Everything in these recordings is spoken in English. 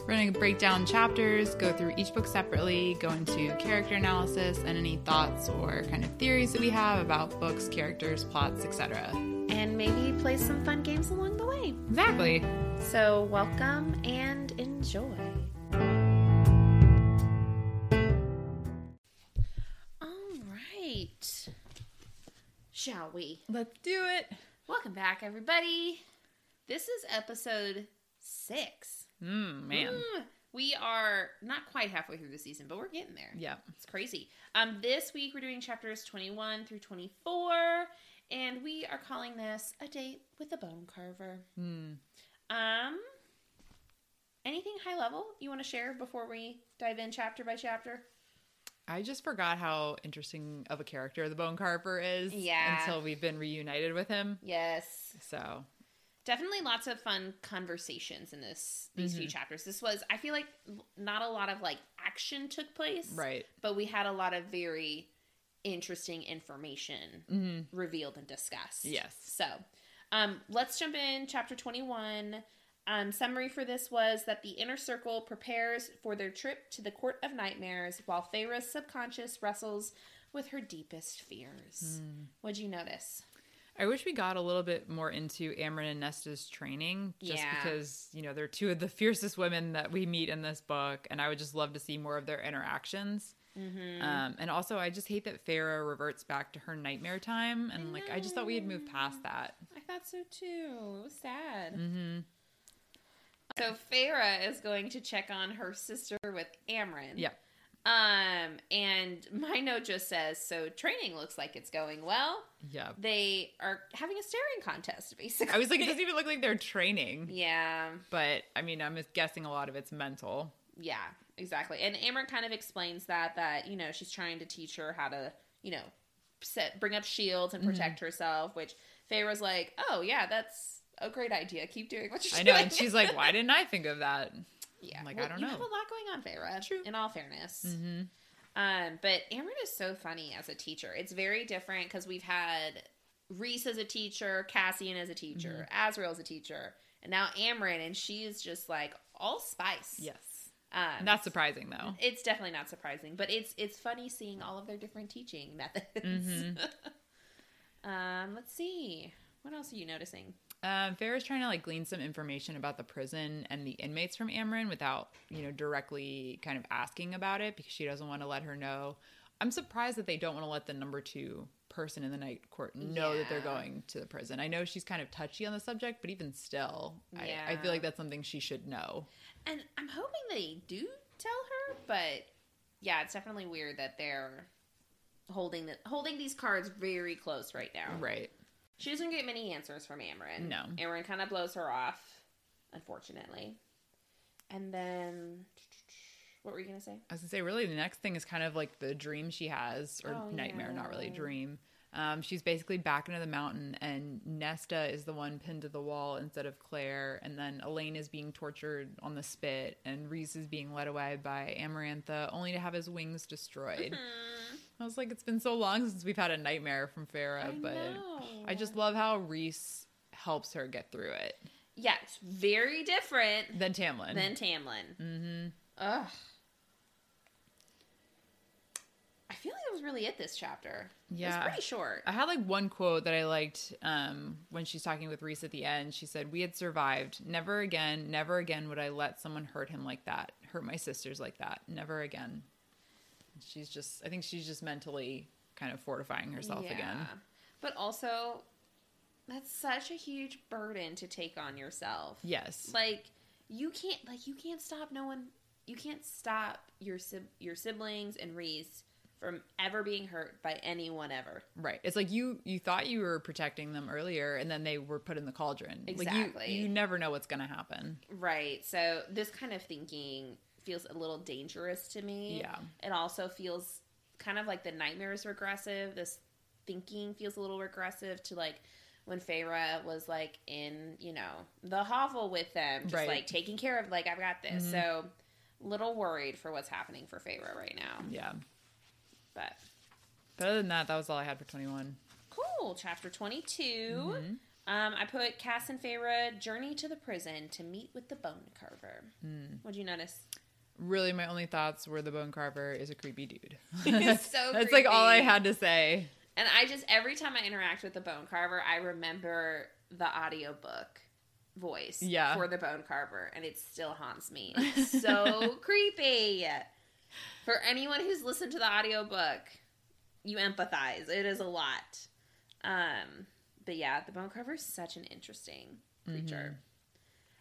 We're going to break down chapters, go through each book separately, go into character analysis and any thoughts or kind of theories that we have about books, characters, plots, etc. And maybe play some fun games along the way. Exactly. So, welcome and enjoy. All right. Shall we? Let's do it. Welcome back, everybody. This is episode six. Mm, man. Mm, we are not quite halfway through the season, but we're getting there. Yep. It's crazy. Um, this week we're doing chapters 21 through 24, and we are calling this a date with a bone carver. Mm. Um, anything high level you want to share before we dive in chapter by chapter? I just forgot how interesting of a character the Bone Carver is Yeah. until we've been reunited with him. Yes, So, definitely lots of fun conversations in this these few chapters. This was I feel like l- not a lot of like action took place, right. But we had a lot of very interesting information Mm. revealed and discussed. Yes. So, um, let's jump in chapter 21. Um, summary for this was that the inner circle prepares for their trip to the court of nightmares while Feyre's subconscious wrestles with her deepest fears. Hmm. What'd you notice? I wish we got a little bit more into Amryn and Nesta's training just Yeah. because, you know, they're two of the fiercest women that we meet in this book. And I would just love to see more of their interactions. Mm-hmm. Um, and also, I just hate that Farah reverts back to her nightmare time. And like, I just thought we had moved past that. I thought so too. It was sad. hmm So Farah is going to check on her sister with Amryn. Yeah. Um, and my note just says so. Training looks like it's going well. Yeah. They are having a staring contest, basically. I was like, it doesn't even look like they're training. yeah, But I mean, I'm guessing a lot of it's mental. yeah, exactly. And Amryn kind of explains that that you know she's trying to teach her how to you know set bring up shields Mm-hmm. and protect herself, which Feyre's like, oh yeah, that's a great idea. Keep doing what you're I know. doing. And she's like, why didn't I think of that? yeah, I'm like, well, I don't you know. have a lot going on, Feyre. True. In all fairness, hmm Um, but Amryn is so funny as a teacher. It's very different because we've had Reese as a teacher, Cassian as a teacher, Azrael as a teacher, and now Amryn, and she's just like all spice. Yes. um, And that's surprising, though. it's definitely not surprising, but it's it's funny seeing all of their different teaching methods. um, let's see, what else are you noticing? Um, Farrah's trying to like glean some information about the prison and the inmates from Amryn without, you know, directly kind of asking about it because she doesn't want to let her know. I'm surprised that they don't want to let the number two person in the night court know that they're Yeah. going to the prison. I know she's kind of touchy on the subject, but even still, I, I Yeah. feel like that's something she should know. And I'm hoping they do tell her, but yeah, it's definitely weird that they're holding the, holding these cards very close right now. Right. She doesn't get many answers from Amarin. No. Amarin kind of blows her off, unfortunately. And then, what were you gonna say? I was gonna say, really, the next thing is kind of like the dream she has, or Oh, nightmare, not really yeah. dream. Um, she's basically back into the mountain, and Nesta is the one pinned to the wall instead of Claire. And then Elaine is being tortured on the spit, and Reese is being led away by Amarantha, only to have his wings destroyed. Mm-hmm. I was like, it's been so long since we've had a nightmare from Farah, but I just love how Reese helps her get through it. yeah, it's very different Then Tamlin. than Tamlin. hmm Ugh. I feel like that was really it this chapter. Yeah. it's pretty short. I had like one quote that I liked um, when she's talking with Reese at the end. She said, "We had survived. Never again, never again would I let someone hurt him like that. Hurt my sisters like that. Never again." She's just. I think she's just mentally kind of fortifying herself again. Yeah. But also, that's such a huge burden to take on yourself. Yes. like you can't like you can't stop no one you can't stop your sib- your siblings and Reese from ever being hurt by anyone ever. Right. It's like you you thought you were protecting them earlier, and then they were put in the cauldron. Like Exactly. you, you never know what's gonna happen. Right. So this kind of thinking feels a little dangerous to me. Yeah. It also feels kind of like the nightmare is regressive. This thinking feels a little regressive to like when Feyre was like in, you know, the hovel with them, just Right. like taking care of, like, I've got this. Mhm. So, little worried for what's happening for Feyre right now. Yeah. But But other than that, that was all I had for 21. cool. Chapter 22. Mhm. Um, I put Cass and Feyre journey to the prison to meet with the bone carver. Mm. What'd you notice? Really, my only thoughts were the bone carver is a creepy dude. He's that's so that's like all I creepy. had to say. And I just every time I interact with the bone carver, I remember the audiobook voice Yeah. for the bone carver and it still haunts me. It's so creepy. For anyone who's listened to the audiobook, you empathize. It is a lot. Um but yeah, the bone carver is such an interesting creature.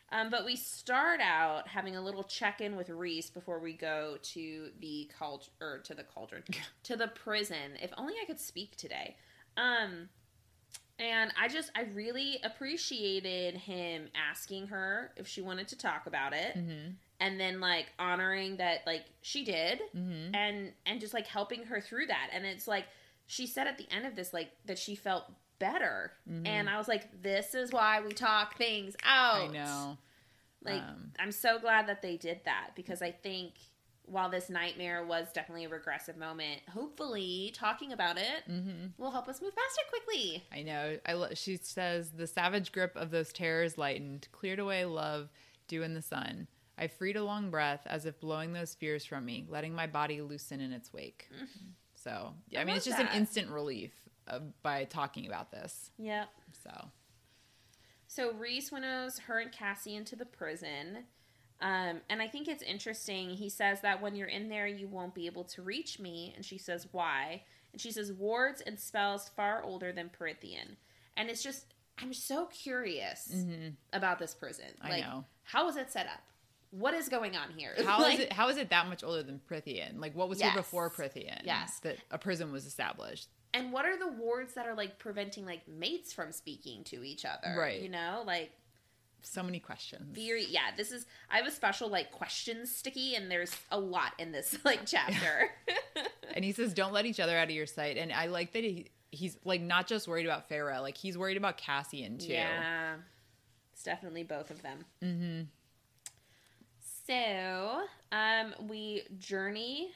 Um, but we start out having a little check-in with Reese before we go to the cauldron, or to the cauldron, to the prison. If only I could speak today. Um, and I just, I really appreciated him asking her if she wanted to talk about it, Mm-hmm. and then like honoring that, like she did, Mm-hmm. and and just like helping her through that. And it's like she said at the end of this, like that she felt better, Mhm. and I was like, this is why we talk things out. I know. Like Um, I'm so glad that they did that because I think while this nightmare was definitely a regressive moment, hopefully talking about it Mm-hmm. will help us move faster quickly. I know. I lo- she says the savage grip of those terrors lightened, cleared away love, dew in the sun. I freed a long breath as if blowing those fears from me, letting my body loosen in its wake. So, yeah, Mm. I, I mean, love it's just that. an instant relief uh, by talking about this. Yep. So, So Reese winnows her and Cassie into the prison. Um, and I think it's interesting. He says that when you're in there, you won't be able to reach me. And she says, Why? And she says, Wards and spells far older than Perithian. And it's just, I'm so curious mhm. about this prison. I know. How is it set up? What is going on here? How is Like- it? How is it that much older than Prithian? Like, what was Yes. here before Prithian? Yes. that a prison was established. And what are the wards that are like preventing like mates from speaking to each other? Right. You know, like So many questions. very yeah. This is I have a special like questions sticky, and there's a lot in this like chapter. and he says, "Don't let each other out of your sight." And I like that he he's like not just worried about Farah, like he's worried about Cassian too. yeah, it's definitely both of them. Mm-hmm. So, um, we journey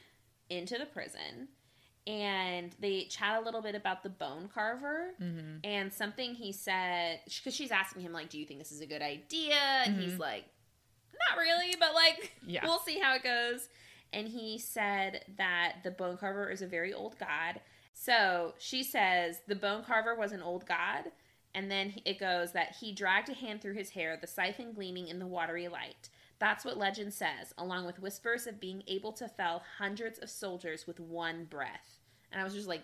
into the prison, and they chat a little bit about the bone carver. Mm-hmm. And something he said, because she's asking him, like, do you think this is a good idea? And he's Mhm. like, not really, but like, Yeah. we'll see how it goes. And he said that the bone carver is a very old god. So she says the bone carver was an old god. And then he- it goes that he dragged a hand through his hair, the siphon gleaming in the watery light. That's what legend says, along with whispers of being able to fell hundreds of soldiers with one breath. And I was just like,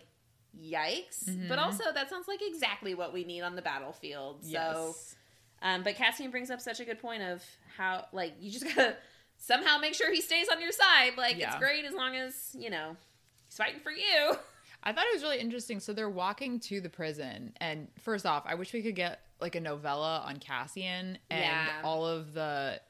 yikes. But Mhm. also, that sounds like exactly what we need on the battlefield. So, Yes. um, but Cassian brings up such a good point of how, like, you just gotta somehow make sure he stays on your side. Like, it's Yeah. great as long as, you know, he's fighting for you. I thought it was really interesting. So they're walking to the prison, and first off, I wish we could get like a novella on Cassian and Yeah. all of the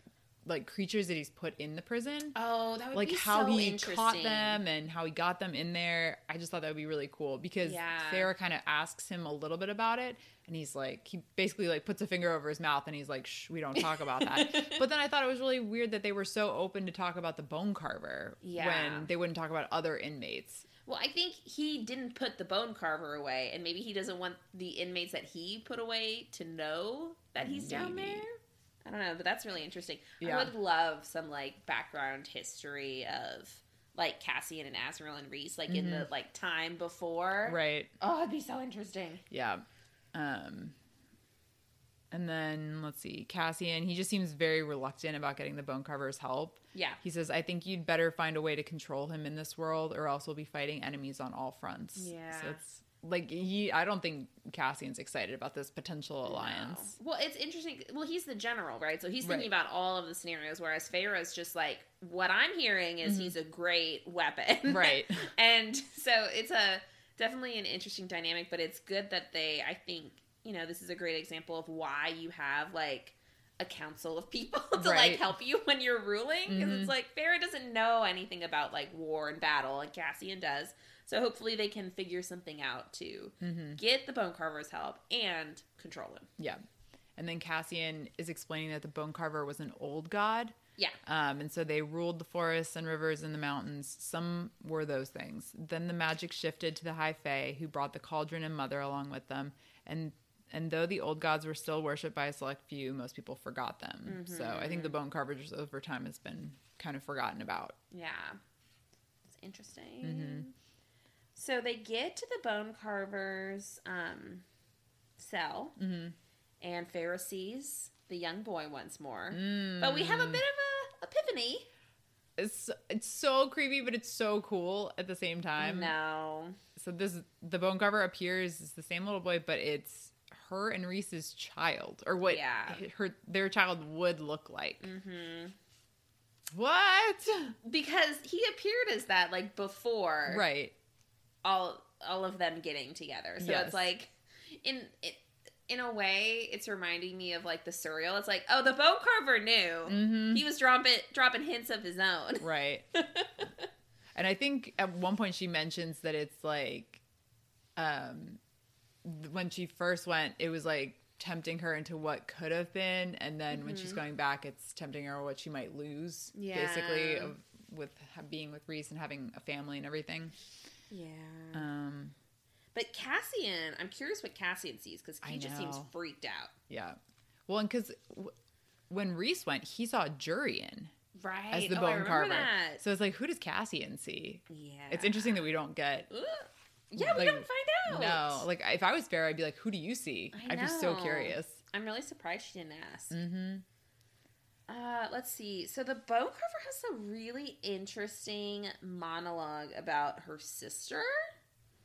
like creatures that he's put in the prison. Oh, that would like be how so he interesting. caught them and how he got them in there. I just thought that would be really cool because Yeah. Farah kind of asks him a little bit about it, and he's like, he basically like puts a finger over his mouth and he's like, Shh, we don't talk about that. but then I thought it was really weird that they were so open to talk about the bone carver Yeah. when they wouldn't talk about other inmates. Well, I think he didn't put the bone carver away, and maybe he doesn't want the inmates that he put away to know that he's down Maybe. there. I don't know, but that's really interesting. I Yeah. would love some like background history of like Cassian and Azrael and Reese, like in the like time before. Mm-hmm. Right. Oh, it'd be so interesting. Yeah. Um and then let's see, Cassian, he just seems very reluctant about getting the bone carver's help. Yeah. He says, I think you'd better find a way to control him in this world, or else we'll be fighting enemies on all fronts. Yeah. So it's like he I don't think Cassian's excited about this potential alliance. No. Well, it's interesting. Well, he's the general, right? So he's thinking about all of the scenarios, whereas Pharaoh's just like, what I'm hearing is he's a great weapon. Mm-hmm. Right. and so it's a definitely an interesting dynamic, but it's good that they, I think, you know, this is a great example of why you have like a council of people to like Right. help you when you're ruling. Because Mhm. it's like Pharaoh doesn't know anything about like war and battle, and Cassian does. So hopefully they can figure something out to get the bone carver's help and control him. Yeah. And then Cassian is explaining that the bone carver was an old god. Yeah. Um, and so they ruled the forests and rivers and the mountains. Some were those things. Then the magic shifted to the High Fae, who brought the cauldron and mother along with them. And and though the old gods were still worshipped by a select few, most people forgot them. Mm-hmm, So I think the bone carver just over time has been kind of forgotten about. Yeah. It's interesting. So they get to the bone carver's um, cell and Pharaoh sees the young boy once more. But we have a bit of a epiphany. Mm. It's it's so creepy, but it's so cool at the same time. no. So this the bone carver appears it's the same little boy, but it's her and Reese's child, or what Yeah. her their child would look like. hmm What? Because he appeared as that like before Right. all all of them getting together. So Yes. it's like in it, in a way, it's reminding me of like the surreal. It's like, oh, the bone carver knew. hmm He was dropping dropping hints of his own. Right. and I think at one point she mentions that it's like, um, th- when she first went, it was like tempting her into what could have been, and then when she's Mhm. going back, it's tempting her what she might lose, basically, Yeah. of, with ha- being with Reese and having a family and everything. Yeah. Um, But Cassian, I'm curious what Cassian sees because he I just seems know. freaked out. yeah. Well, and because w- when Reese went, he saw Jurian Right. as the Oh, I bone remember carver. that. So it's like, who does Cassian see? yeah. It's interesting that we don't get Ugh. Yeah, we Like, don't find out. No, like if I was fair, I'd be like, "Who do you see?" I I'm just so know. curious. I'm really surprised she didn't ask. Mm-hmm. Uh, let's see. So the bone carver has a really interesting monologue about her sister.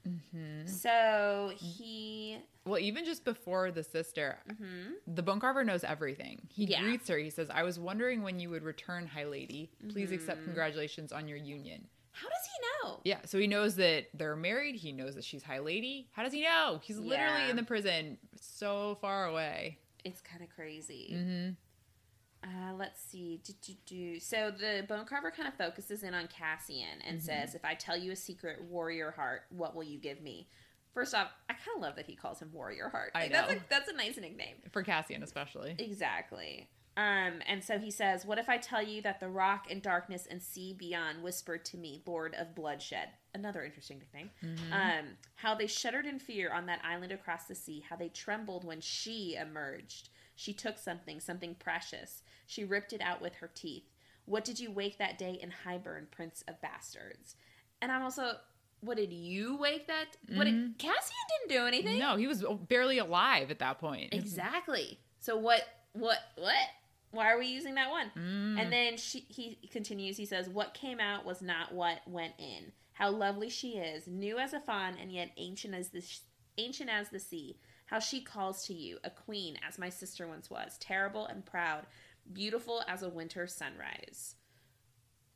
Mm-hmm. So he, Well, even just before the sister, hmm the bone carver knows everything. He Yeah. greets her. He says, "I was wondering when you would return, high lady. Please accept Mhm. congratulations on your union." how does he know? Yeah, so he knows that they're married. He knows that she's high lady. How does he know? He's Yeah. literally in the prison, so far away. It's kind of crazy. Mm-hmm. Uh, let's see. Do, do, do. So the bone carver kind of focuses in on Cassian and Mhm. says, "If I tell you a secret, warrior heart, what will you give me?" First off, I kind of love that he calls him warrior heart. I Like, that's know. a, that's a nice nickname. For Cassian, especially. Exactly. Um, and so he says, "What if I tell you that the rock and darkness and sea beyond whispered to me, Lord of Bloodshed?" Another interesting nickname. Mhm. Um, how they shuddered in fear on that island across the sea, how they trembled when she emerged. She took something, something precious. She ripped it out with her teeth. What did you wake that day in Highburn, Prince of Bastards? And I'm also, what did you wake that? What did, Cassian didn't do anything. no, he was barely alive at that point. Exactly. So what? What? What? Why are we using that one? Mm. And then she, he continues. He says, "What came out was not what went in. How lovely she is, new as a fawn, and yet ancient as the sh- ancient as the sea. How she calls to you, a queen, as my sister once was, terrible and proud, beautiful as a winter sunrise."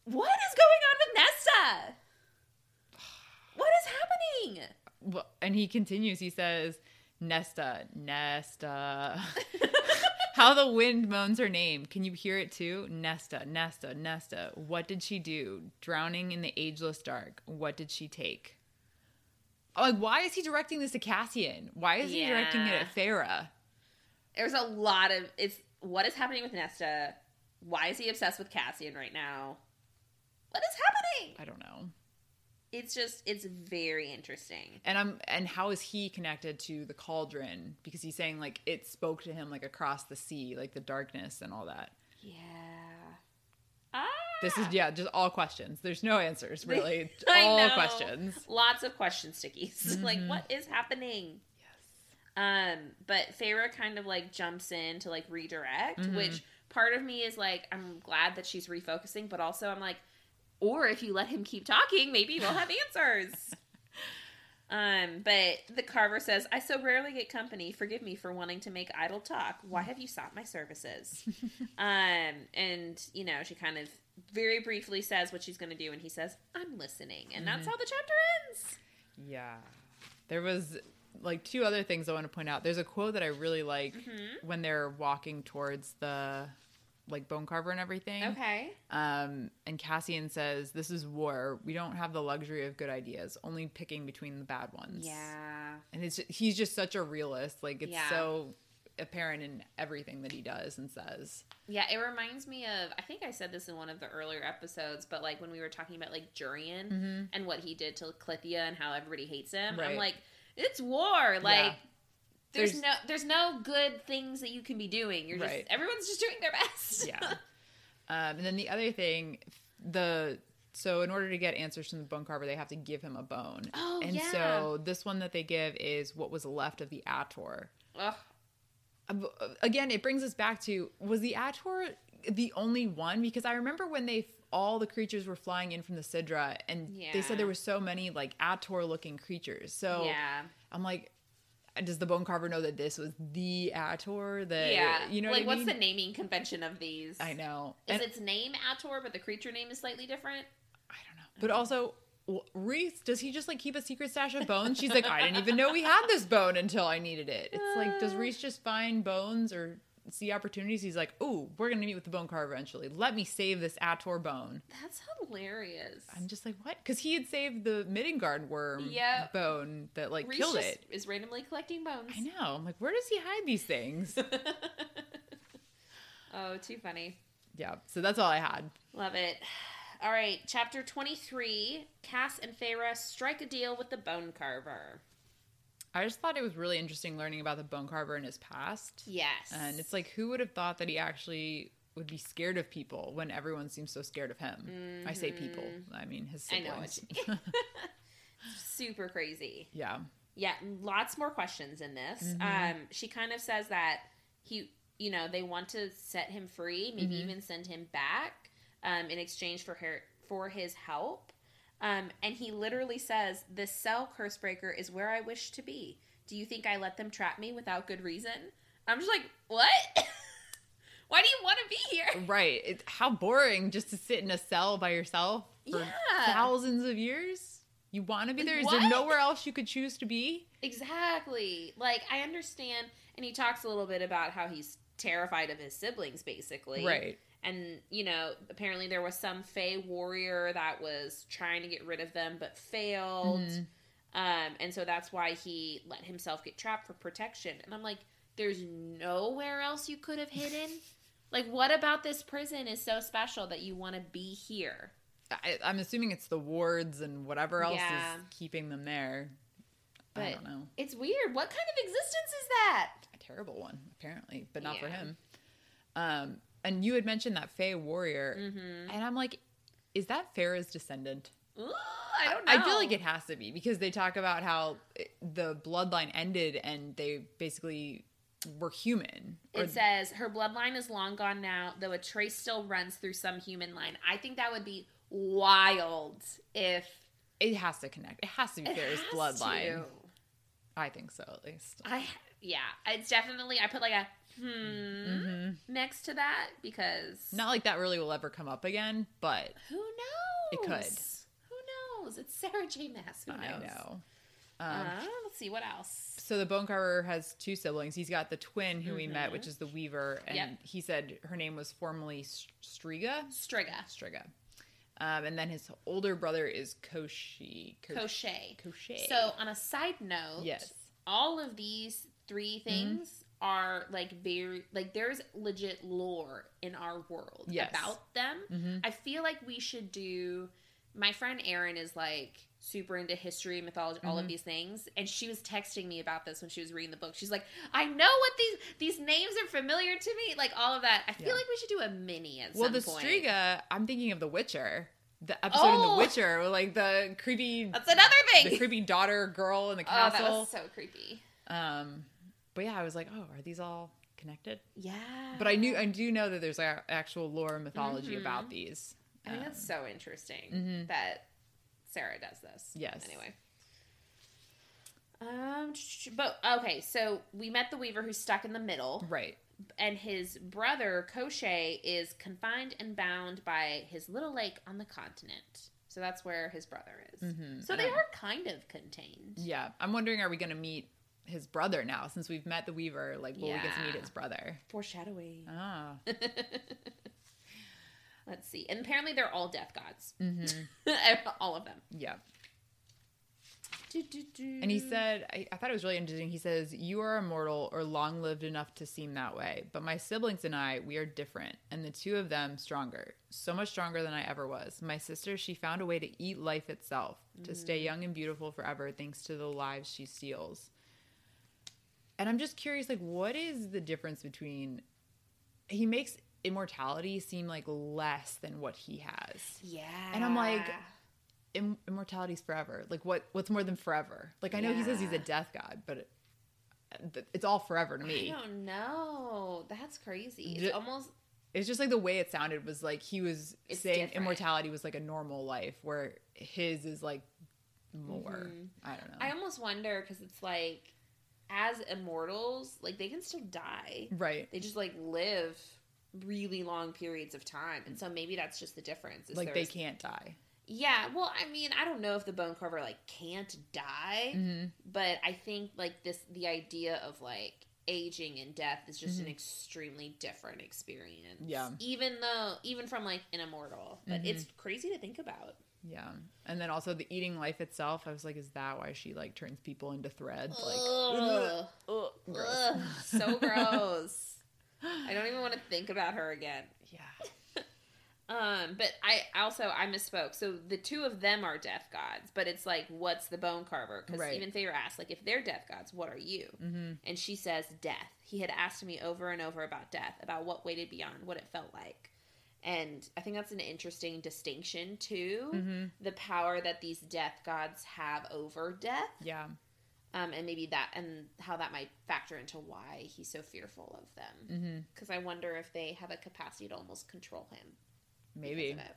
What is going on with Nesta? What is happening? Well, and he continues. He says, "Nesta, Nesta." How the wind moans her name. Can you hear it too? Nesta, Nesta, Nesta. What did she do? Drowning in the ageless dark. What did she take? Oh, Like, why is he directing this to Cassian? Why is he directing it Yeah. at Farah? There's a lot of it's what is happening with Nesta? Why is he obsessed with Cassian right now? What is happening? I don't know. It's just it's very interesting. And I'm and how is he connected to the cauldron? Because he's saying like it spoke to him like across the sea, like the darkness and all that. Yeah. Ah. This is yeah, just all questions. There's no answers really. I all know. questions. Lots of question stickies. like Mhm. what is happening? Yes. Um, but Feyre kind of like jumps in to like redirect, Mhm. which part of me is like, I'm glad that she's refocusing, but also I'm like, or if you let him keep talking, maybe we'll have answers. um, but the carver says, I so rarely get company. Forgive me for wanting to make idle talk. Why have you sought my services? um, and you know, she kind of very briefly says what she's going to do, and he says, I'm listening, and that's how the chapter ends. Yeah. There was like two other Mm-hmm. things I want to point out. There's a quote that I really like when they're walking towards the like bone carver and everything. Okay. Um, and Cassian says, This is war. We don't have the luxury of good ideas, only picking between the bad ones. Yeah. And it's he's just such a realist. Like it's Yeah. so apparent in everything that he does and says. Yeah, it reminds me of I think I said this in one of the earlier episodes, but like when we were talking about like Jurian Mm-hmm. and what he did to Clithia and how everybody hates him. I'm Right. like, it's war. Like Yeah. there's, There's- no there's no good things that you can be doing. You're just Right. everyone's just doing their best. yeah. Um, and then the other thing, the so in order to get answers from the bone carver, they have to give him a bone. Oh, and yeah. so this one that they give is what was left of the Ator. Ugh. Ab- Again, it brings us back to was the Ator the only one? Because I remember when they all the creatures were flying in from the Sidra, and they Yeah. said there were so many like Ator looking creatures. So yeah. I'm like. Does the bone carver know that this was the Ator? That yeah. uh, you know, like what I what's mean? the naming convention of these? I know. Is And- its name Ator, but the creature name is slightly different? I don't know. But also, w- Reese, does he just like keep a secret stash of bones? She's like, I didn't even know we had this bone until I needed it. It's like, does Reese just find bones or see opportunities? He's like, ooh, we're going to meet with the bone carver eventually. Let me save this Ator bone. That's hilarious. I'm just like, what? Because he had saved the Midgard worm Yep. bone that like Reese killed just it. is randomly collecting bones. I know. I'm like, where does he hide these things? oh, too funny. yeah. So that's all I had. Love it. All right, chapter 23 Cass and Feyre strike a deal with the bone carver. I just thought it was really interesting learning about the bone carver and his past. Yes. And it's like, who would have thought that he actually would be scared of people when everyone seems so scared of him? I say people. I mean his Mm-hmm. I know siblings. super crazy. yeah. Yeah, lots more questions in this. Um, she kind of says that he, you know, they want to set him free, maybe even send him back um, in exchange for her for his help. Um, and he literally says, "This cell curse breaker is where I wish to be. Do you think I let them trap me without good reason?" I'm just like, what? Why do you want to be here? Right. It, how boring just to sit in a cell by yourself for Yeah. thousands of years. You want to be Like, there? Is what? there nowhere else you could choose to be? Exactly. Like I understand, and he talks a little bit about how he's terrified of his siblings, basically. Right. and you know apparently there was some fey warrior that was trying to get rid of them but failed Mhm. um and so that's why he let himself get trapped for protection and i'm like there's nowhere else you could have hidden like what about this prison is so special that you want to be here I, I'm assuming it's the wards and whatever else Yeah. is keeping them there. I But- don't know. it's weird what kind of existence is that a terrible one apparently but not for Yeah. him um and you had mentioned that fey warrior Mhm. Mm-hmm. and i'm like is that Farah's descendant Ooh, i don't know i feel like it has to be because they talk about how it- the bloodline ended and they basically were human or It says her bloodline is long gone now, though a trace still runs through some human line. I think that would be wild if it has to connect it has to be it Farah's has bloodline to. i think so at least I yeah, it's definitely. I put like a hmm hmm next to that because not like that really will ever come up again but who knows? It could. Who knows? It's Sarah J. Mass. Who knows? i know Uh, um, let's see what else. so the bone carver has two siblings. He's got the twin who we Mhm. met, which is the Weaver, and Yep. he said her name was formerly S- Striga. Striga, Striga, um, and then his older brother is Koshi. Kosh- Cochet. Koshi. So on a side note, yes, Mm-hmm. all of these three things are like very like there's legit lore in our world Yes. about them. Mhm. I feel like we should do my friend Erin is like super into history, mythology, all of Mhm. these things. And she was texting me about this when she was reading the book. She's like, I know what these these names are familiar to me. Like all of that. I feel Yeah. like we should do a mini at Well, some the point. Striga. I'm thinking of The Witcher. The episode in Oh! The Witcher, where, like the creepy, That's another thing. the creepy daughter girl in the oh, that castle. was so creepy. um, but yeah, I was like, oh, are these all connected? Yeah. But I knew, Uh-huh. I do know that there's like actual lore and mythology Mhm. about these. I think that's Um, so interesting mhm. that Sarah does this. Yes. Anyway. Um, sh- but okay, so we met the Weaver who's stuck in the middle, right. and his brother Koshe is confined and bound by his little lake on the continent. So that's where his brother is. Mhm. So And they I'm- are kind of contained. mm-hmm. Yeah, I'm wondering, are we going to meet his brother now since we've met the Weaver. Like, will we get to meet Yeah. his brother? Foreshadowing. Oh, Let's see. And apparently they're all death gods. all of them. Mm-hmm. yeah. Do, do, do. And he said, I, I thought it was really interesting. He says, You are immortal or long lived enough to seem that way, but my siblings and I, we are different, and the two of them stronger, so much stronger than I ever was. My sister, she found a way to eat life itself, to stay young and beautiful forever, thanks to the lives she steals. And I'm just curious, like, what is the difference between. He makes immortality seem like less than what he has. Yeah. And I'm like, Im- immortality's forever. Like what? What's more than forever? Like I know he says he's a Yeah. death god, but it, th- it's all forever to I me. don't know. That's crazy. It's Ju- almost It's just like the way it sounded was like he was It's saying different. immortality was like a normal life, where his is like more. Oh. Mhm. I don't know. I almost wonder because it's like, as immortals, like they can still die. right. They just like live really long periods of time, and so maybe that's just the difference. is Like they there's- can't die. Yeah. Well, I mean, I don't know if the bone carver like can't die, hmm but I think like this, the idea of like aging and death is just an Mhm. extremely different experience. Yeah. Mm-hmm. Even though, even from like an immortal, but it's crazy to think about. Yeah. And then also the eating life itself. I was like, is that why she like turns people into threads? Like, Ugh. ugh, gross. Ugh, so gross. I don't even want to think about her again. Yeah. Um, but I also I misspoke. So the two of them are death gods, but it's like, what's the bone carver? Because Right. even Thayer asked, like, if they're death gods, what are you? hmm And she says, death. He had asked me over and over about death, about what waited beyond, what it felt like. And I think that's an interesting distinction too. hmm The power that these death gods have over death Yeah. um, and maybe that and how that might factor into why he's so fearful of them. hmm Because I wonder if they have a capacity to almost control him. because Maybe. of it.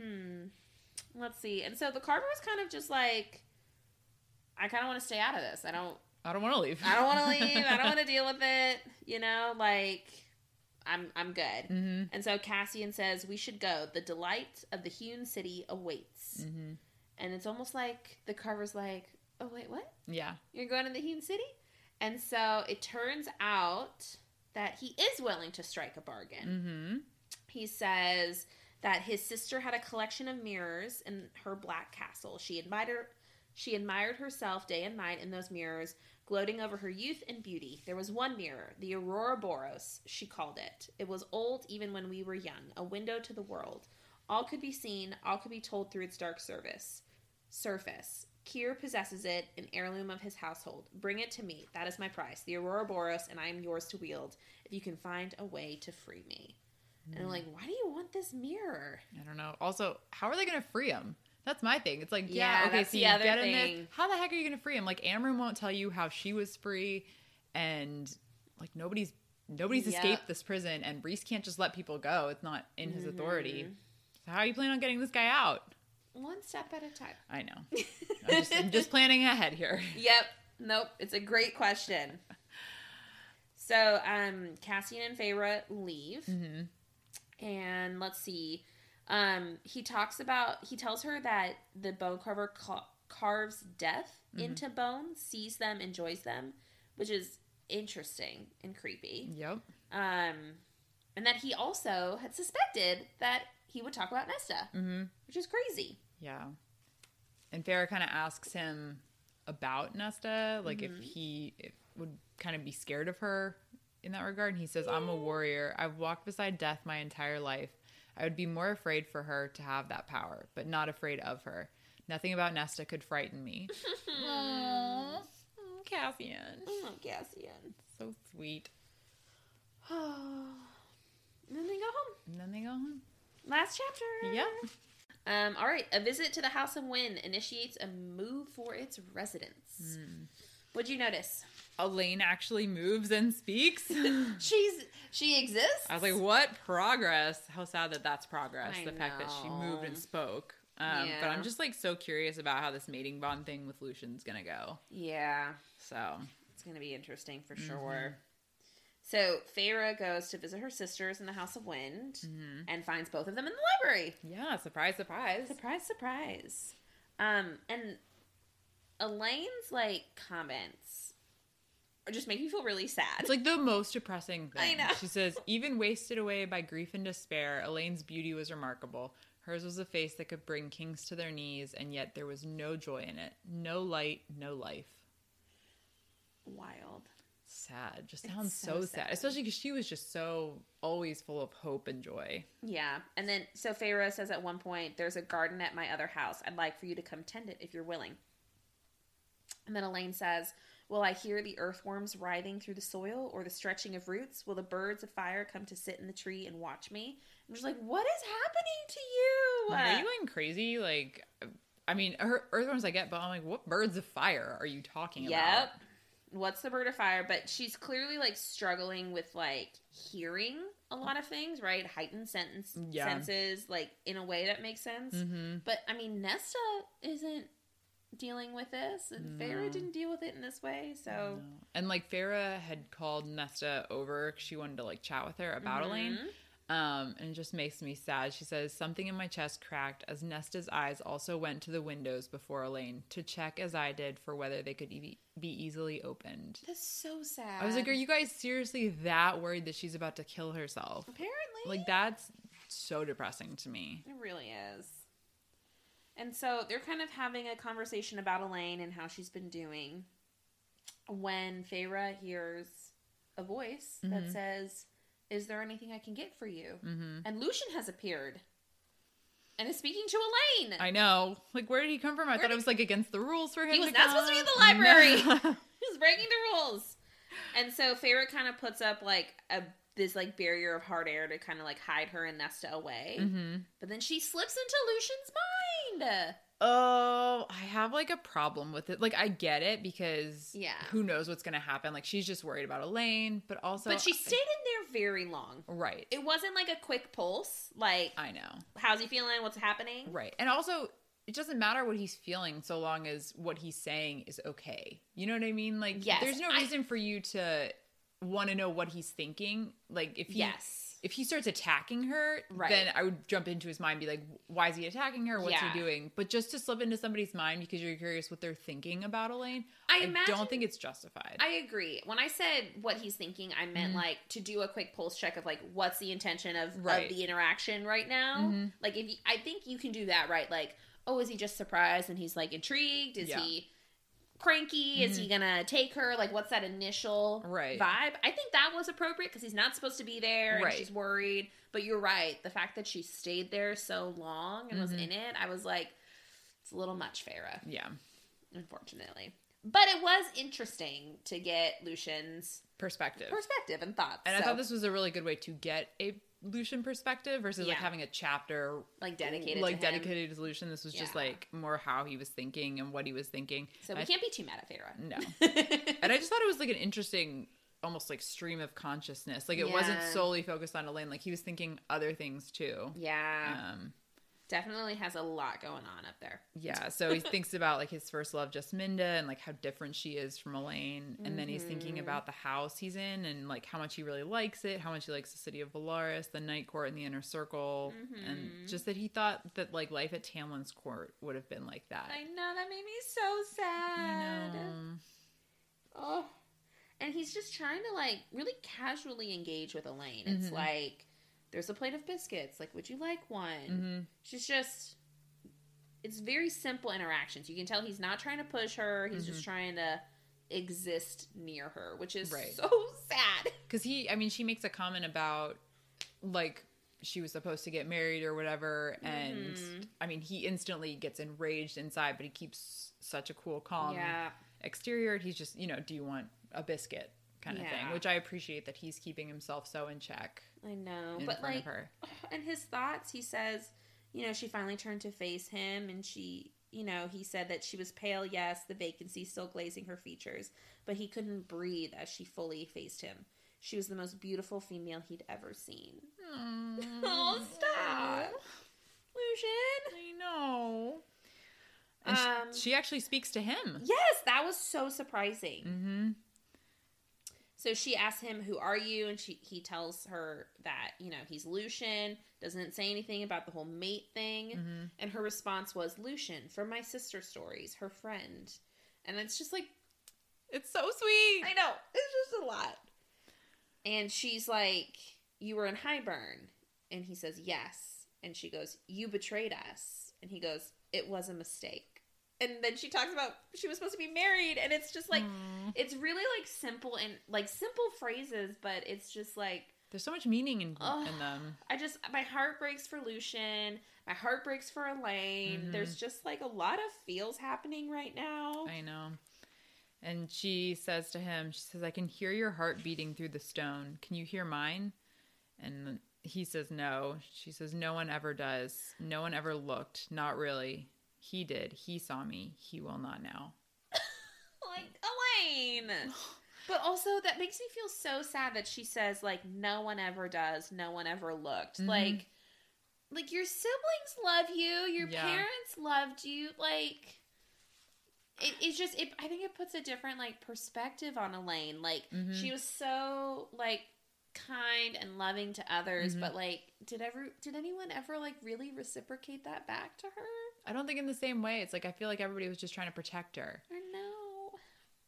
Hmm. Let's see. And so the Carver was kind of just like, I kind of want to stay out of this. I don't. I don't want to leave. I don't want to leave. I don't want to deal with it. You know, like I'm. I'm good. Mm-hmm. And so Cassian says we should go. The delight of the hewn city awaits. Mm-hmm. And it's almost like the Carver's like, oh wait, what? Yeah. You're going to the Hewn City? And so it turns out that he is willing to strike a bargain. Mm-hmm. He says that his sister had a collection of mirrors in her black castle. She admired she admired herself day and night in those mirrors, gloating over her youth and beauty. There was one mirror, the Aurora Boros, she called it. It was old even when we were young, a window to the world. All could be seen, all could be told through its dark service. Surface. Kier possesses it, an heirloom of his household. Bring it to me. That is my price, the Aurora Boros, and I am yours to wield if you can find a way to free me. And I'm like, why do you want this mirror? I don't know. Also, how are they going to free him? That's my thing. It's like, yeah, Yeah, okay, that's so the you other get him thing. this. How the heck are you going to free him? Like, Amron won't tell you how she was free, and like nobody's nobody's Yep. escaped this prison, and Reese can't just let people go. It's not in his Mm-hmm. authority. So how are you planning on getting this guy out? Mm-hmm. One step at a time. I know. I'm just, I'm just planning ahead here. Yep. Nope. It's a great question. So, um, Cassian and Feyre leave. Mhm. And let's see. Um, he talks about, he tells her that the bone carver ca- carves death Mm-hmm. into bone, sees them, enjoys them, which is interesting and creepy. Yep. Um, and that he also had suspected that he would talk about Nesta, Mm-hmm. which is crazy. Yeah. And Farah kind of asks him about Nesta, like if he if, would kind of be scared of her in that regard. And he says, I'm a warrior. I've walked beside death my entire life. I would be more afraid for her to have that power, but not afraid of her. Nothing about Nesta could frighten me. Aw, Cassian. Oh, Cassian. So sweet. Oh. And then they go home. And then they go home. Last chapter. Yep. Um, all right. A visit to the House of Wind initiates a move for its residents. Hmm. What'd you notice? Elaine actually moves and speaks. She's she exists. I was like, what progress? How sad that that's progress. I the fact that she moved know. and spoke. Um, But Yeah. I'm just like so curious about how this mating bond thing with Lucian's gonna go. yeah, So it's gonna be interesting Mm-hmm. for sure. So Feyre goes to visit her sisters in the House of Wind Mm-hmm. and finds both of them in the library. yeah, surprise, surprise. Surprise, surprise. Um, and Elaine's like comments are just make you feel really sad. It's like the most depressing I thing. know. She says, even wasted away by grief and despair, Elaine's beauty was remarkable. Hers was a face that could bring kings to their knees, and yet there was no joy in it. No light, no life. Wild. Sad. Just It's sounds so so, sad. sad. Especially because she was just so always full of hope and joy. Yeah. And then so Pharaoh says at one point, There's a garden at my other house. I'd like for you to come tend it if you're willing. And then Elaine says, Will I hear the earthworms writhing through the soil or the stretching of roots? Will the birds of fire come to sit in the tree and watch me? I'm just like, What is happening to you? Like, are you going crazy? Like, I mean, her, earthworms I get, but I'm like, what birds of fire are you talking about? Yep. What's the bird of fire? But she's clearly like struggling with like hearing a lot of things, right? Heightened sentence Yeah. senses, like in a way that makes sense. Mm-hmm. But I mean, Nesta isn't dealing with this, and Farah No. didn't deal with it in this way. So No. And like Farah had called Nesta over 'cause she wanted to like chat with her about Elaine. Mhm. Um, and it just makes me sad. She says, Something in my chest cracked as Nesta's eyes also went to the windows before Elaine to check as I did for whether they could e- be easily opened. that's so sad. I was like, Are you guys seriously that worried that she's about to kill herself? apparently Like, that's so depressing to me. It really is. And so they're kind of having a conversation about Elaine and how she's been doing when Feyre hears a voice that Mhm. says, Is there anything I can get for you? hmm And Lucian has appeared and is speaking to Elaine. I know. Like, where did he come from? I Where thought did- it was like against the rules for him. He was to not supposed to be in come. the No. He's breaking the rules. And so Feyre kind of puts up like a this like barrier of hard air to kind of like hide her and Nesta away. Mhm. But then she slips into Lucian's mind. Oh, I have like a problem with it. Like I get it because Yeah. who knows what's gonna happen. Like she's just worried about Elaine, but also but she stayed in there very long. right. It wasn't like a quick pulse, like I know, how's he feeling, what's happening. right? And also, it doesn't matter what he's feeling so long as what he's saying is okay. You know what I mean? Like, Yes, there's no I- reason for you to want to know what he's thinking. Like if he Yes. if he starts attacking her, Right. then I would jump into his mind and be like, why is he attacking her? What's Yeah. he doing? But just to slip into somebody's mind because you're curious what they're thinking about Elaine, I I, imagine don't think it's justified. I agree. When I said what he's thinking, I meant Mhm. like to do a quick pulse check of like what's the intention of, Right. of the interaction right now. Mhm. Like if you, I think you can do that, right? Like, oh, is he just surprised and he's like intrigued? Is Yeah. Mm-hmm. he cranky? Is he gonna take her? Like, what's that initial Right. vibe? I think that was appropriate because he's not supposed to be there and Right. she's worried. But you're right. The fact that she stayed there so long and was Mhm. in it, I was like, it's a little much, Farah yeah, unfortunately. But it was interesting to get Lucian's perspective. perspective and thoughts. and I so, thought this was a really good way to get a Lucian perspective versus like Yeah. having a chapter like dedicated, like to him. dedicated to Lucian. This was just Yeah. like more how he was thinking and what he was thinking. So we I- can't be too mad at Feyre. No. and I just thought it was like an interesting, almost like stream of consciousness. Like it wasn't Yeah. solely focused on Elaine. Like he was thinking other things too. yeah, Um, definitely has a lot going on up there. yeah. So he thinks about like his first love, Jasminda, and like how different she is from Elaine. And then he's thinking Mhm. about the house he's in and like how much he really likes it, how much he likes the city of Valaris, the Night Court, and the Inner Circle, Mhm. and just that he thought that like life at Tamlin's Court would have been like that. I know that made me so sad. know. Oh, and he's just trying to like really casually engage with Elaine. It's Mhm. like there's a plate of biscuits. Like, would you like one? Mm-hmm. She's just it's very simple interactions. You can tell he's not trying to push her. He's Mm-hmm. just trying to exist near her, which is Right. so sad. because he i mean she makes a comment about like she was supposed to get married or whatever and Mhm. i mean he instantly gets enraged inside but he keeps such a cool calm yeah. exterior he's just you know do you want a biscuit kind of Yeah. thing which i appreciate that he's keeping himself so in check I know. in Mm, But front like of her in his thoughts, he says, you know, she finally turned to face him and she, you know, he said that she was pale, yes, the vacancy still glazing her features, but he couldn't breathe as she fully faced him. She was the most beautiful female he'd ever seen. oh stop. Lucian. i know and she- Um, she, actually speaks to him Yes, that was so surprising. mm-hmm So she asks him, "Who are you?" And she he tells her that you know he's Lucian. Doesn't say anything about the whole mate thing. Mhm. And her response was, "Lucian from my sister stories, her friend." And it's just like, It's so sweet. I know, it's just a lot. And she's like, You were in Highburn. And he says, Yes. And she goes, You betrayed us. And he goes, It was a mistake. And then she talks about she was supposed to be married. And it's just like, Mm. it's really like simple and like simple phrases, but it's just like, there's so much meaning in, Ugh. in them. I just my heart breaks for Lucian. My heart breaks for Elaine. Mhm. There's just like a lot of feels happening right now. I know. And she says to him, she says, I can hear your heart beating through the stone. Can you hear mine? And he says, No. She says, No one ever does. No one ever looked. Not really. He did. He saw me. He will not now. like Elaine. But also that makes me feel so sad that she says like no one ever does, no one ever looked. Mhm. Like like your siblings love you, your Yeah. parents loved you, like it, it's just it, I think it puts a different like perspective on Elaine. Like Mhm. she was so like kind and loving to others, Mhm. but like did ever did anyone ever like really reciprocate that back to her? I don't think in the same way. It's like I feel like everybody was just trying to protect her. Or no?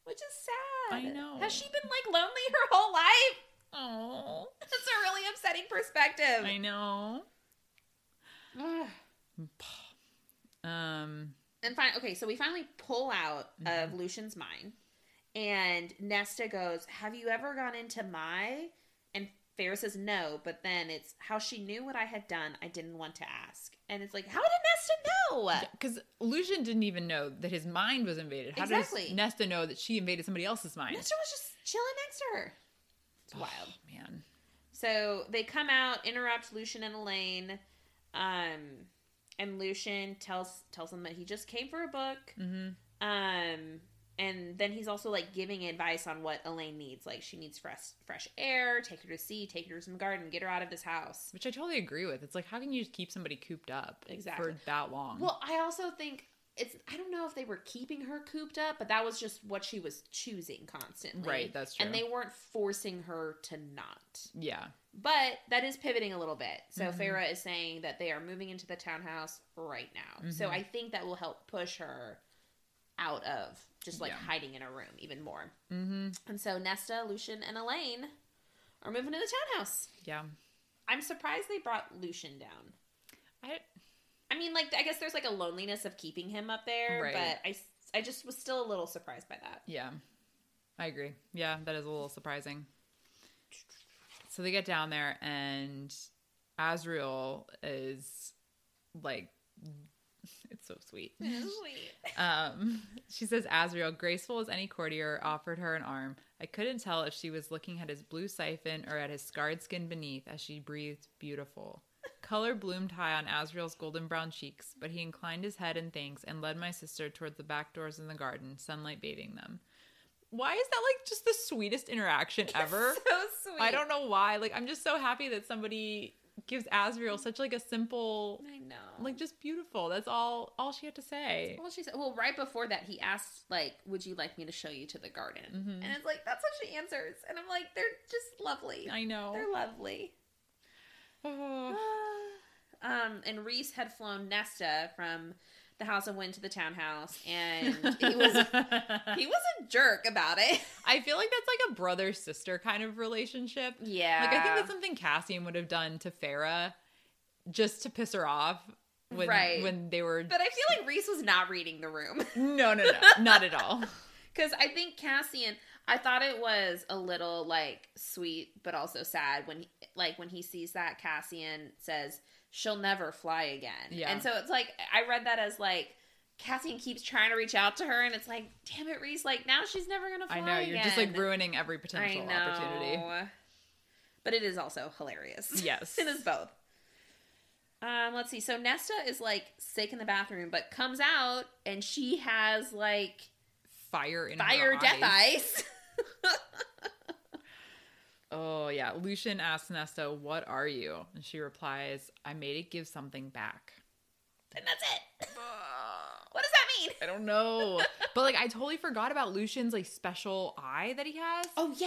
Which is sad. I know. Has she been like lonely her whole life? Oh, That's a really upsetting perspective. I know. Ugh. Um, and fine, okay, so we finally pull out Mhm. of Lucian's mind, and Nesta goes, "Have you ever gone into my?" And Farrah says, "No," but then it's how she knew what I had done. I didn't want to ask, and it's like, how did Nesta know? because Lucian didn't even know that his mind was invaded. How Exactly. does Nesta know that she invaded somebody else's mind? Nesta was just chilling next to her. It's wild. Oh, man. So they come out, interrupt Lucian and Elaine, um, and Lucian tells tells them that he just came for a book. Mm-hmm. Um, and then he's also like giving advice on what Elaine needs. Like she needs fresh fresh air, take her to sea, take her to some garden, get her out of this house. Which I totally agree with. It's like, how can you just keep somebody cooped up Exactly. for that long? Well, I also think it's I don't know if they were keeping her cooped up, but that was just what she was choosing constantly. Right, that's true. And they weren't forcing her to not. yeah. But that is pivoting a little bit. So Mhm. Farah is saying that they are moving into the townhouse right now. So Mhm. I think that will help push her out of just like Yeah. hiding in a room even more. Mm-hmm. And so Nesta, Lucian, and Elaine are moving to the townhouse. Yeah. I'm surprised they brought Lucian down. I I mean, like, I guess there's like a loneliness of keeping him up there, Right. but I, s- I just was still a little surprised by that. yeah. I agree. Yeah, that is a little surprising. So they get down there and Azriel is like it's so sweet. Um, she says, Azriel, graceful as any courtier, offered her an arm. I couldn't tell if she was looking at his blue siphon or at his scarred skin beneath as she breathed beautiful. Color bloomed high on Azriel's golden brown cheeks, but he inclined his head in thanks and led my sister towards the back doors in the garden, sunlight bathing them. Why is that like just the sweetest interaction ever? so sweet. I don't know why. Like, I'm just so happy that somebody gives Azriel such like a simple, I know. like just beautiful. That's all all she had to say. well, she said, well, right before that, he asked, like, would you like me to show you to the garden? Mhm. And it's like, that's what she answers. And I'm like, they're just lovely. I know. They're lovely. Oh, um, and Reese had flown Nesta from the House of Wind to the townhouse, and he was he was a jerk about it. I feel like that's like a brother sister kind of relationship. Yeah, Like I think that's something Cassian would have done to Farah just to piss her off when Right. when they were but I feel like Reese was not reading the room No, no, no. Not at all. because I think Cassian. I thought it was a little like sweet, but also sad when he, like when he sees that Cassian says she'll never fly again. Yeah. and so it's like I read that as like. Cassian keeps trying to reach out to her, and it's like, damn it, Reese! Like now she's never gonna fly. I know you're just again. like ruining every potential opportunity. But it is also hilarious. Yes. it is both. Um, let's see. So Nesta is like sick in the bathroom, but comes out and she has like Fire in fire her death eyes. eyes. Oh yeah. Lucian asks Nesta, "What are you?" And she replies, "I made it give something back." and that's it. What does that mean? I don't know. but like I totally forgot about Lucian's like special eye that he has. Oh yeah.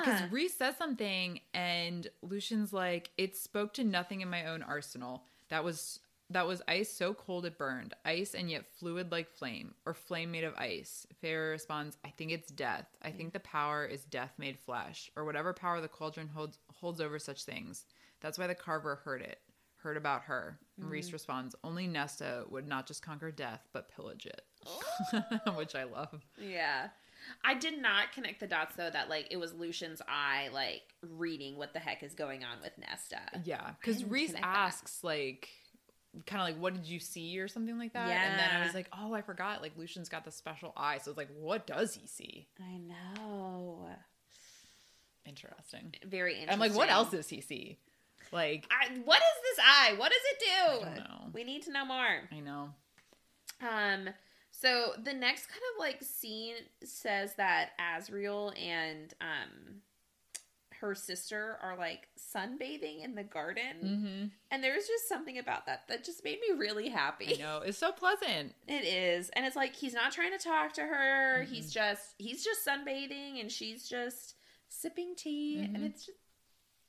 Because Reese says something, and Lucian's like, "It spoke to nothing in my own arsenal. That was that was ice so cold it burned, ice and yet fluid like flame, or flame made of ice. Feyre responds, I think it's death. I think the power is death made flesh, or whatever power the cauldron holds holds over such things. That's why the carver heard it, heard about her. And Reese responds, Only Nesta would not just conquer death, but pillage it. Which I love. Yeah. I did not connect the dots though that like it was Lucian's eye like reading what the heck is going on with Nesta. Yeah. Because didn't Reese connect that. asks, like, kind of like, what did you see or something like that? And then I Yeah. was like, oh, I forgot. Like, Lucian's got the special eye. So it's like, what does he see? I know. Interesting. Very interesting. I'm like, what else does he see? Like, I, what is this eye? What does it do? I don't know. Oh, We need to know more. I know. Um so the next kind of like scene says that Asriel and um her sister are like sunbathing in the garden hmm and there's just something about that that just made me really happy. I know. It's so pleasant. It is. And it's like he's not trying to talk to her. Mm-hmm. He's just he's just sunbathing and she's just sipping tea and Mhm. it's just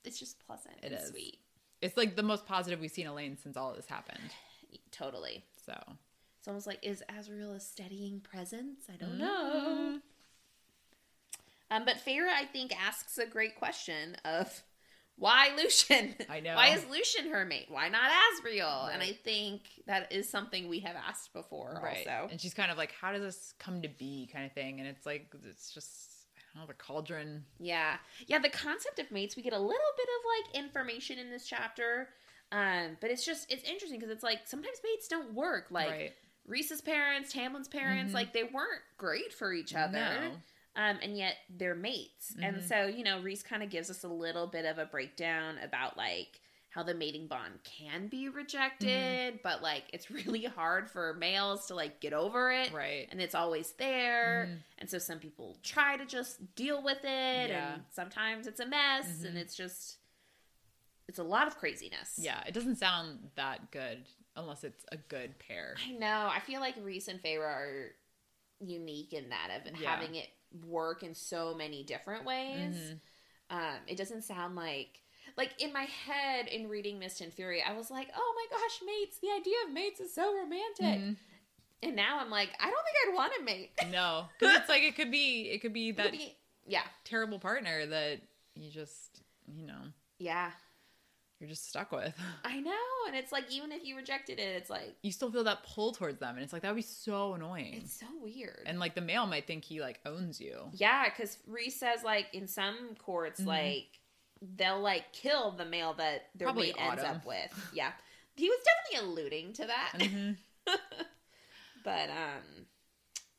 it's just pleasant It and is. sweet. It's like the most positive we've seen Elaine since all of this happened. Totally. So It's almost like is Azrael a steadying presence? I don't know. Mhm. Um but Feyre I think asks a great question of why Lucian? I know. Why is Lucian her mate? Why not Asriel? And I Right. think that is something we have asked before right. also. And she's kind of like, how does this come to be, kind of thing. And it's like, it's just I don't know, the cauldron. Yeah. Yeah, the concept of mates, we get a little bit of like information in this chapter. Um, but it's just it's interesting because it's like sometimes mates don't work. Like right. Reese's parents, Tamlin's parents, Mhm. like they weren't great for each other. No. Um, and yet they're mates. And Mhm. so, you know, Reese kind of gives us a little bit of a breakdown about like how the mating bond can be Mm-hmm. rejected, but like it's really hard for males to like get over it Right. and it's always there. Mhm. And so some people try to just deal with it, Yeah. and sometimes it's a mess, and Mhm. it's just it's a lot of craziness. Yeah. It doesn't sound that good unless it's a good pair. I know. I feel like Reese and Feyre are unique in that of Yeah. having it work in so many different ways. Mhm. Um, it doesn't sound like like in my head in reading Mist and Fury, I was like, oh my gosh, mates! The idea of mates is so romantic. Mhm. And now I'm like, I don't think I'd want a mate. No, because it's like it could be, it could be that yeah, terrible partner that you just, you know, yeah. you're just stuck with. I know, and it's like even if you rejected it, it's like You still feel that pull towards them, and it's like that would be so annoying. it's so weird. and like the male might think he like owns you. yeah, because Reese says like in some courts, Mhm. like they'll like kill the male that their Probably mate ends Autumn. up with. Yeah, he was definitely alluding to that, Mhm. but um,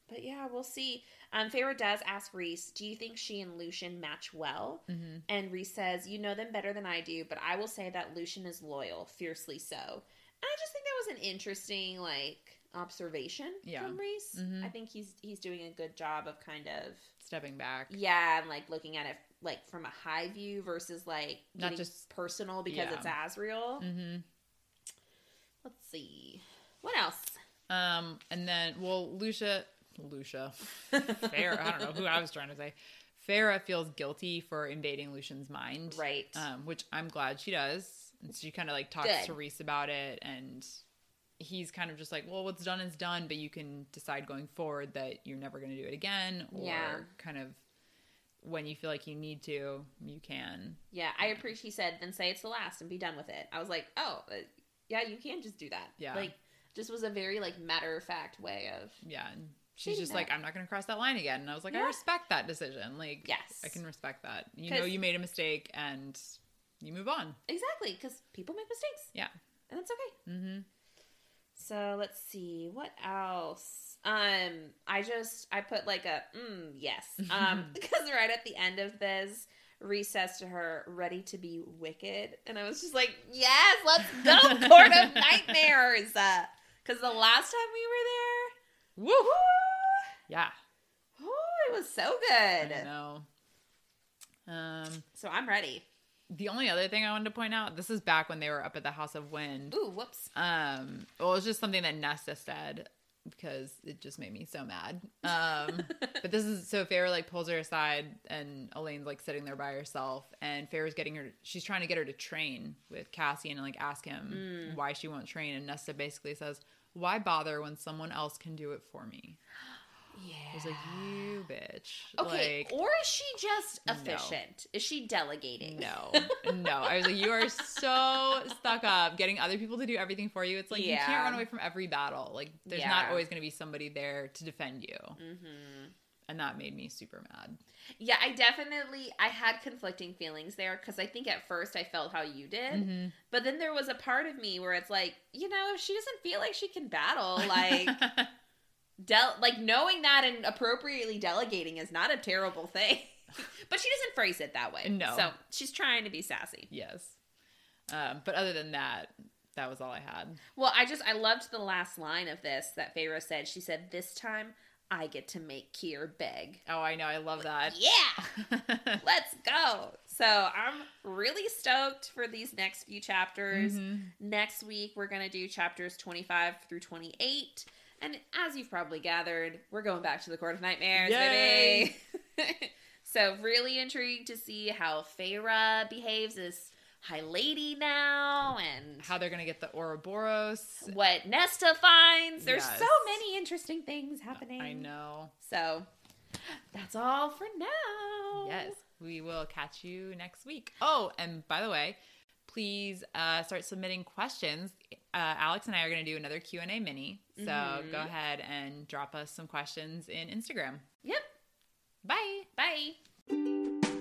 but yeah, we'll see. Um, Feyre does ask Reese, "Do you think she and Lucian match well?" Mhm. And Reese says, "You know them better than I do, but I will say that Lucian is loyal, fiercely so." And I just think that was an interesting like observation Yeah. from Reese. Mhm. I think he's he's doing a good job of kind of Stepping back. yeah, and like looking at it like from a high view versus like Not getting just- personal because yeah. it's Asriel. hmm Let's see. What else? Um, and then well, Lucia, Lucia, Farah. I don't know who I was trying to say. Farah feels guilty for invading Lucian's mind, Right. Um, which I'm glad she does. And she kind of like talks Good. to Reese about it, and he's kind of just like, well, what's done is done, but you can decide going forward that you're never going to do it again, or Yeah. kind of when you feel like you need to, you can. yeah, I appreciate he said then say it's the last and be done with it. I was like, "Oh, uh, yeah, you can just do that." Yeah. Like just was a very like matter-of-fact way of Yeah. And she's Didn't just like, that- I'm not going to cross that line again. And I was like, I Yeah. respect that decision. Like, Yes. I can respect that. You 'Cause- know, you made a mistake and you move on. Exactly, cuz people make mistakes. Yeah. And that's okay. Mm-hmm. So let's see what else. Um, I just I put like a mm, yes. Um, because right at the end of this recess to her, ready to be wicked, and I was just like, yes, let's go, court of nightmares. Because the last time we Woo! were there, Yeah. woo, ooh, Oh, it was so I good. know. Um, So I'm ready. the only other thing I wanted to point out, this is back when they were up at the House of Wind. Ooh, whoops. Um, well, it was just something that Nesta said because it just made me so mad. Um, but this is so Fair like pulls her aside, and Elaine's like sitting there by herself, and Fair's getting her. She's trying to get her to train with Cassian and like ask Mm. him why she won't train, and Nesta basically says, "Why bother when someone else can do it for me?" Yeah. I was like, "You bitch." okay. Like, or is she just No. efficient? Is she delegating? no, no. I was like, you are so stuck up getting other people to do everything for you. It's like you Yeah. can't run away from every battle. Like, there's Yeah. not always going to be somebody there to defend you. Mm-hmm. And that made me super mad. Yeah, I definitely I had conflicting feelings there because I think at first I felt how you did, Mm-hmm. but then there was a part of me where it's like, you know, if she doesn't feel like she can battle, like del- like knowing that and appropriately delegating is not a terrible thing. but she doesn't phrase it that way. No. so she's trying to be sassy. yes. Um, but other than that, that was all I had. Well, I just I loved the last line of this that Pharaoh said. She said, "This time I get to make Kier beg." Oh, I know. I love that. Yeah. Let's go. So I'm really stoked for these next few chapters. Mhm. Next week, we're going to do chapters 25 through 28. And as you've probably gathered, we're going back to the Court of Nightmares, Yay! baby. so, really intrigued to see how Feyre behaves as High Lady now and How they're going to get the Ouroboros. what Nesta finds. There's so Yes. many interesting things happening. I know. So, that's all for now. Yes. We will catch you next week. Oh, and by the way, please uh, start submitting questions. Uh, Alex and I are going to do another Q&A mini. So Mhm. go ahead and drop us some questions in Instagram. Yep. Bye. Bye.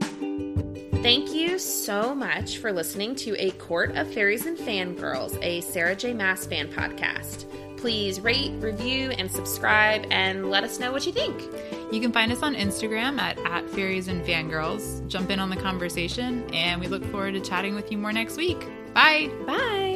Thank you so much for listening to A Court of Fairies and Fangirls, a Sarah J. Mass fan podcast. Please rate, review, and subscribe and let us know what you think. You can find us on Instagram at, at Fairies and Fangirls. Jump in on the conversation, and we look forward to chatting with you more next week. Bye. Bye.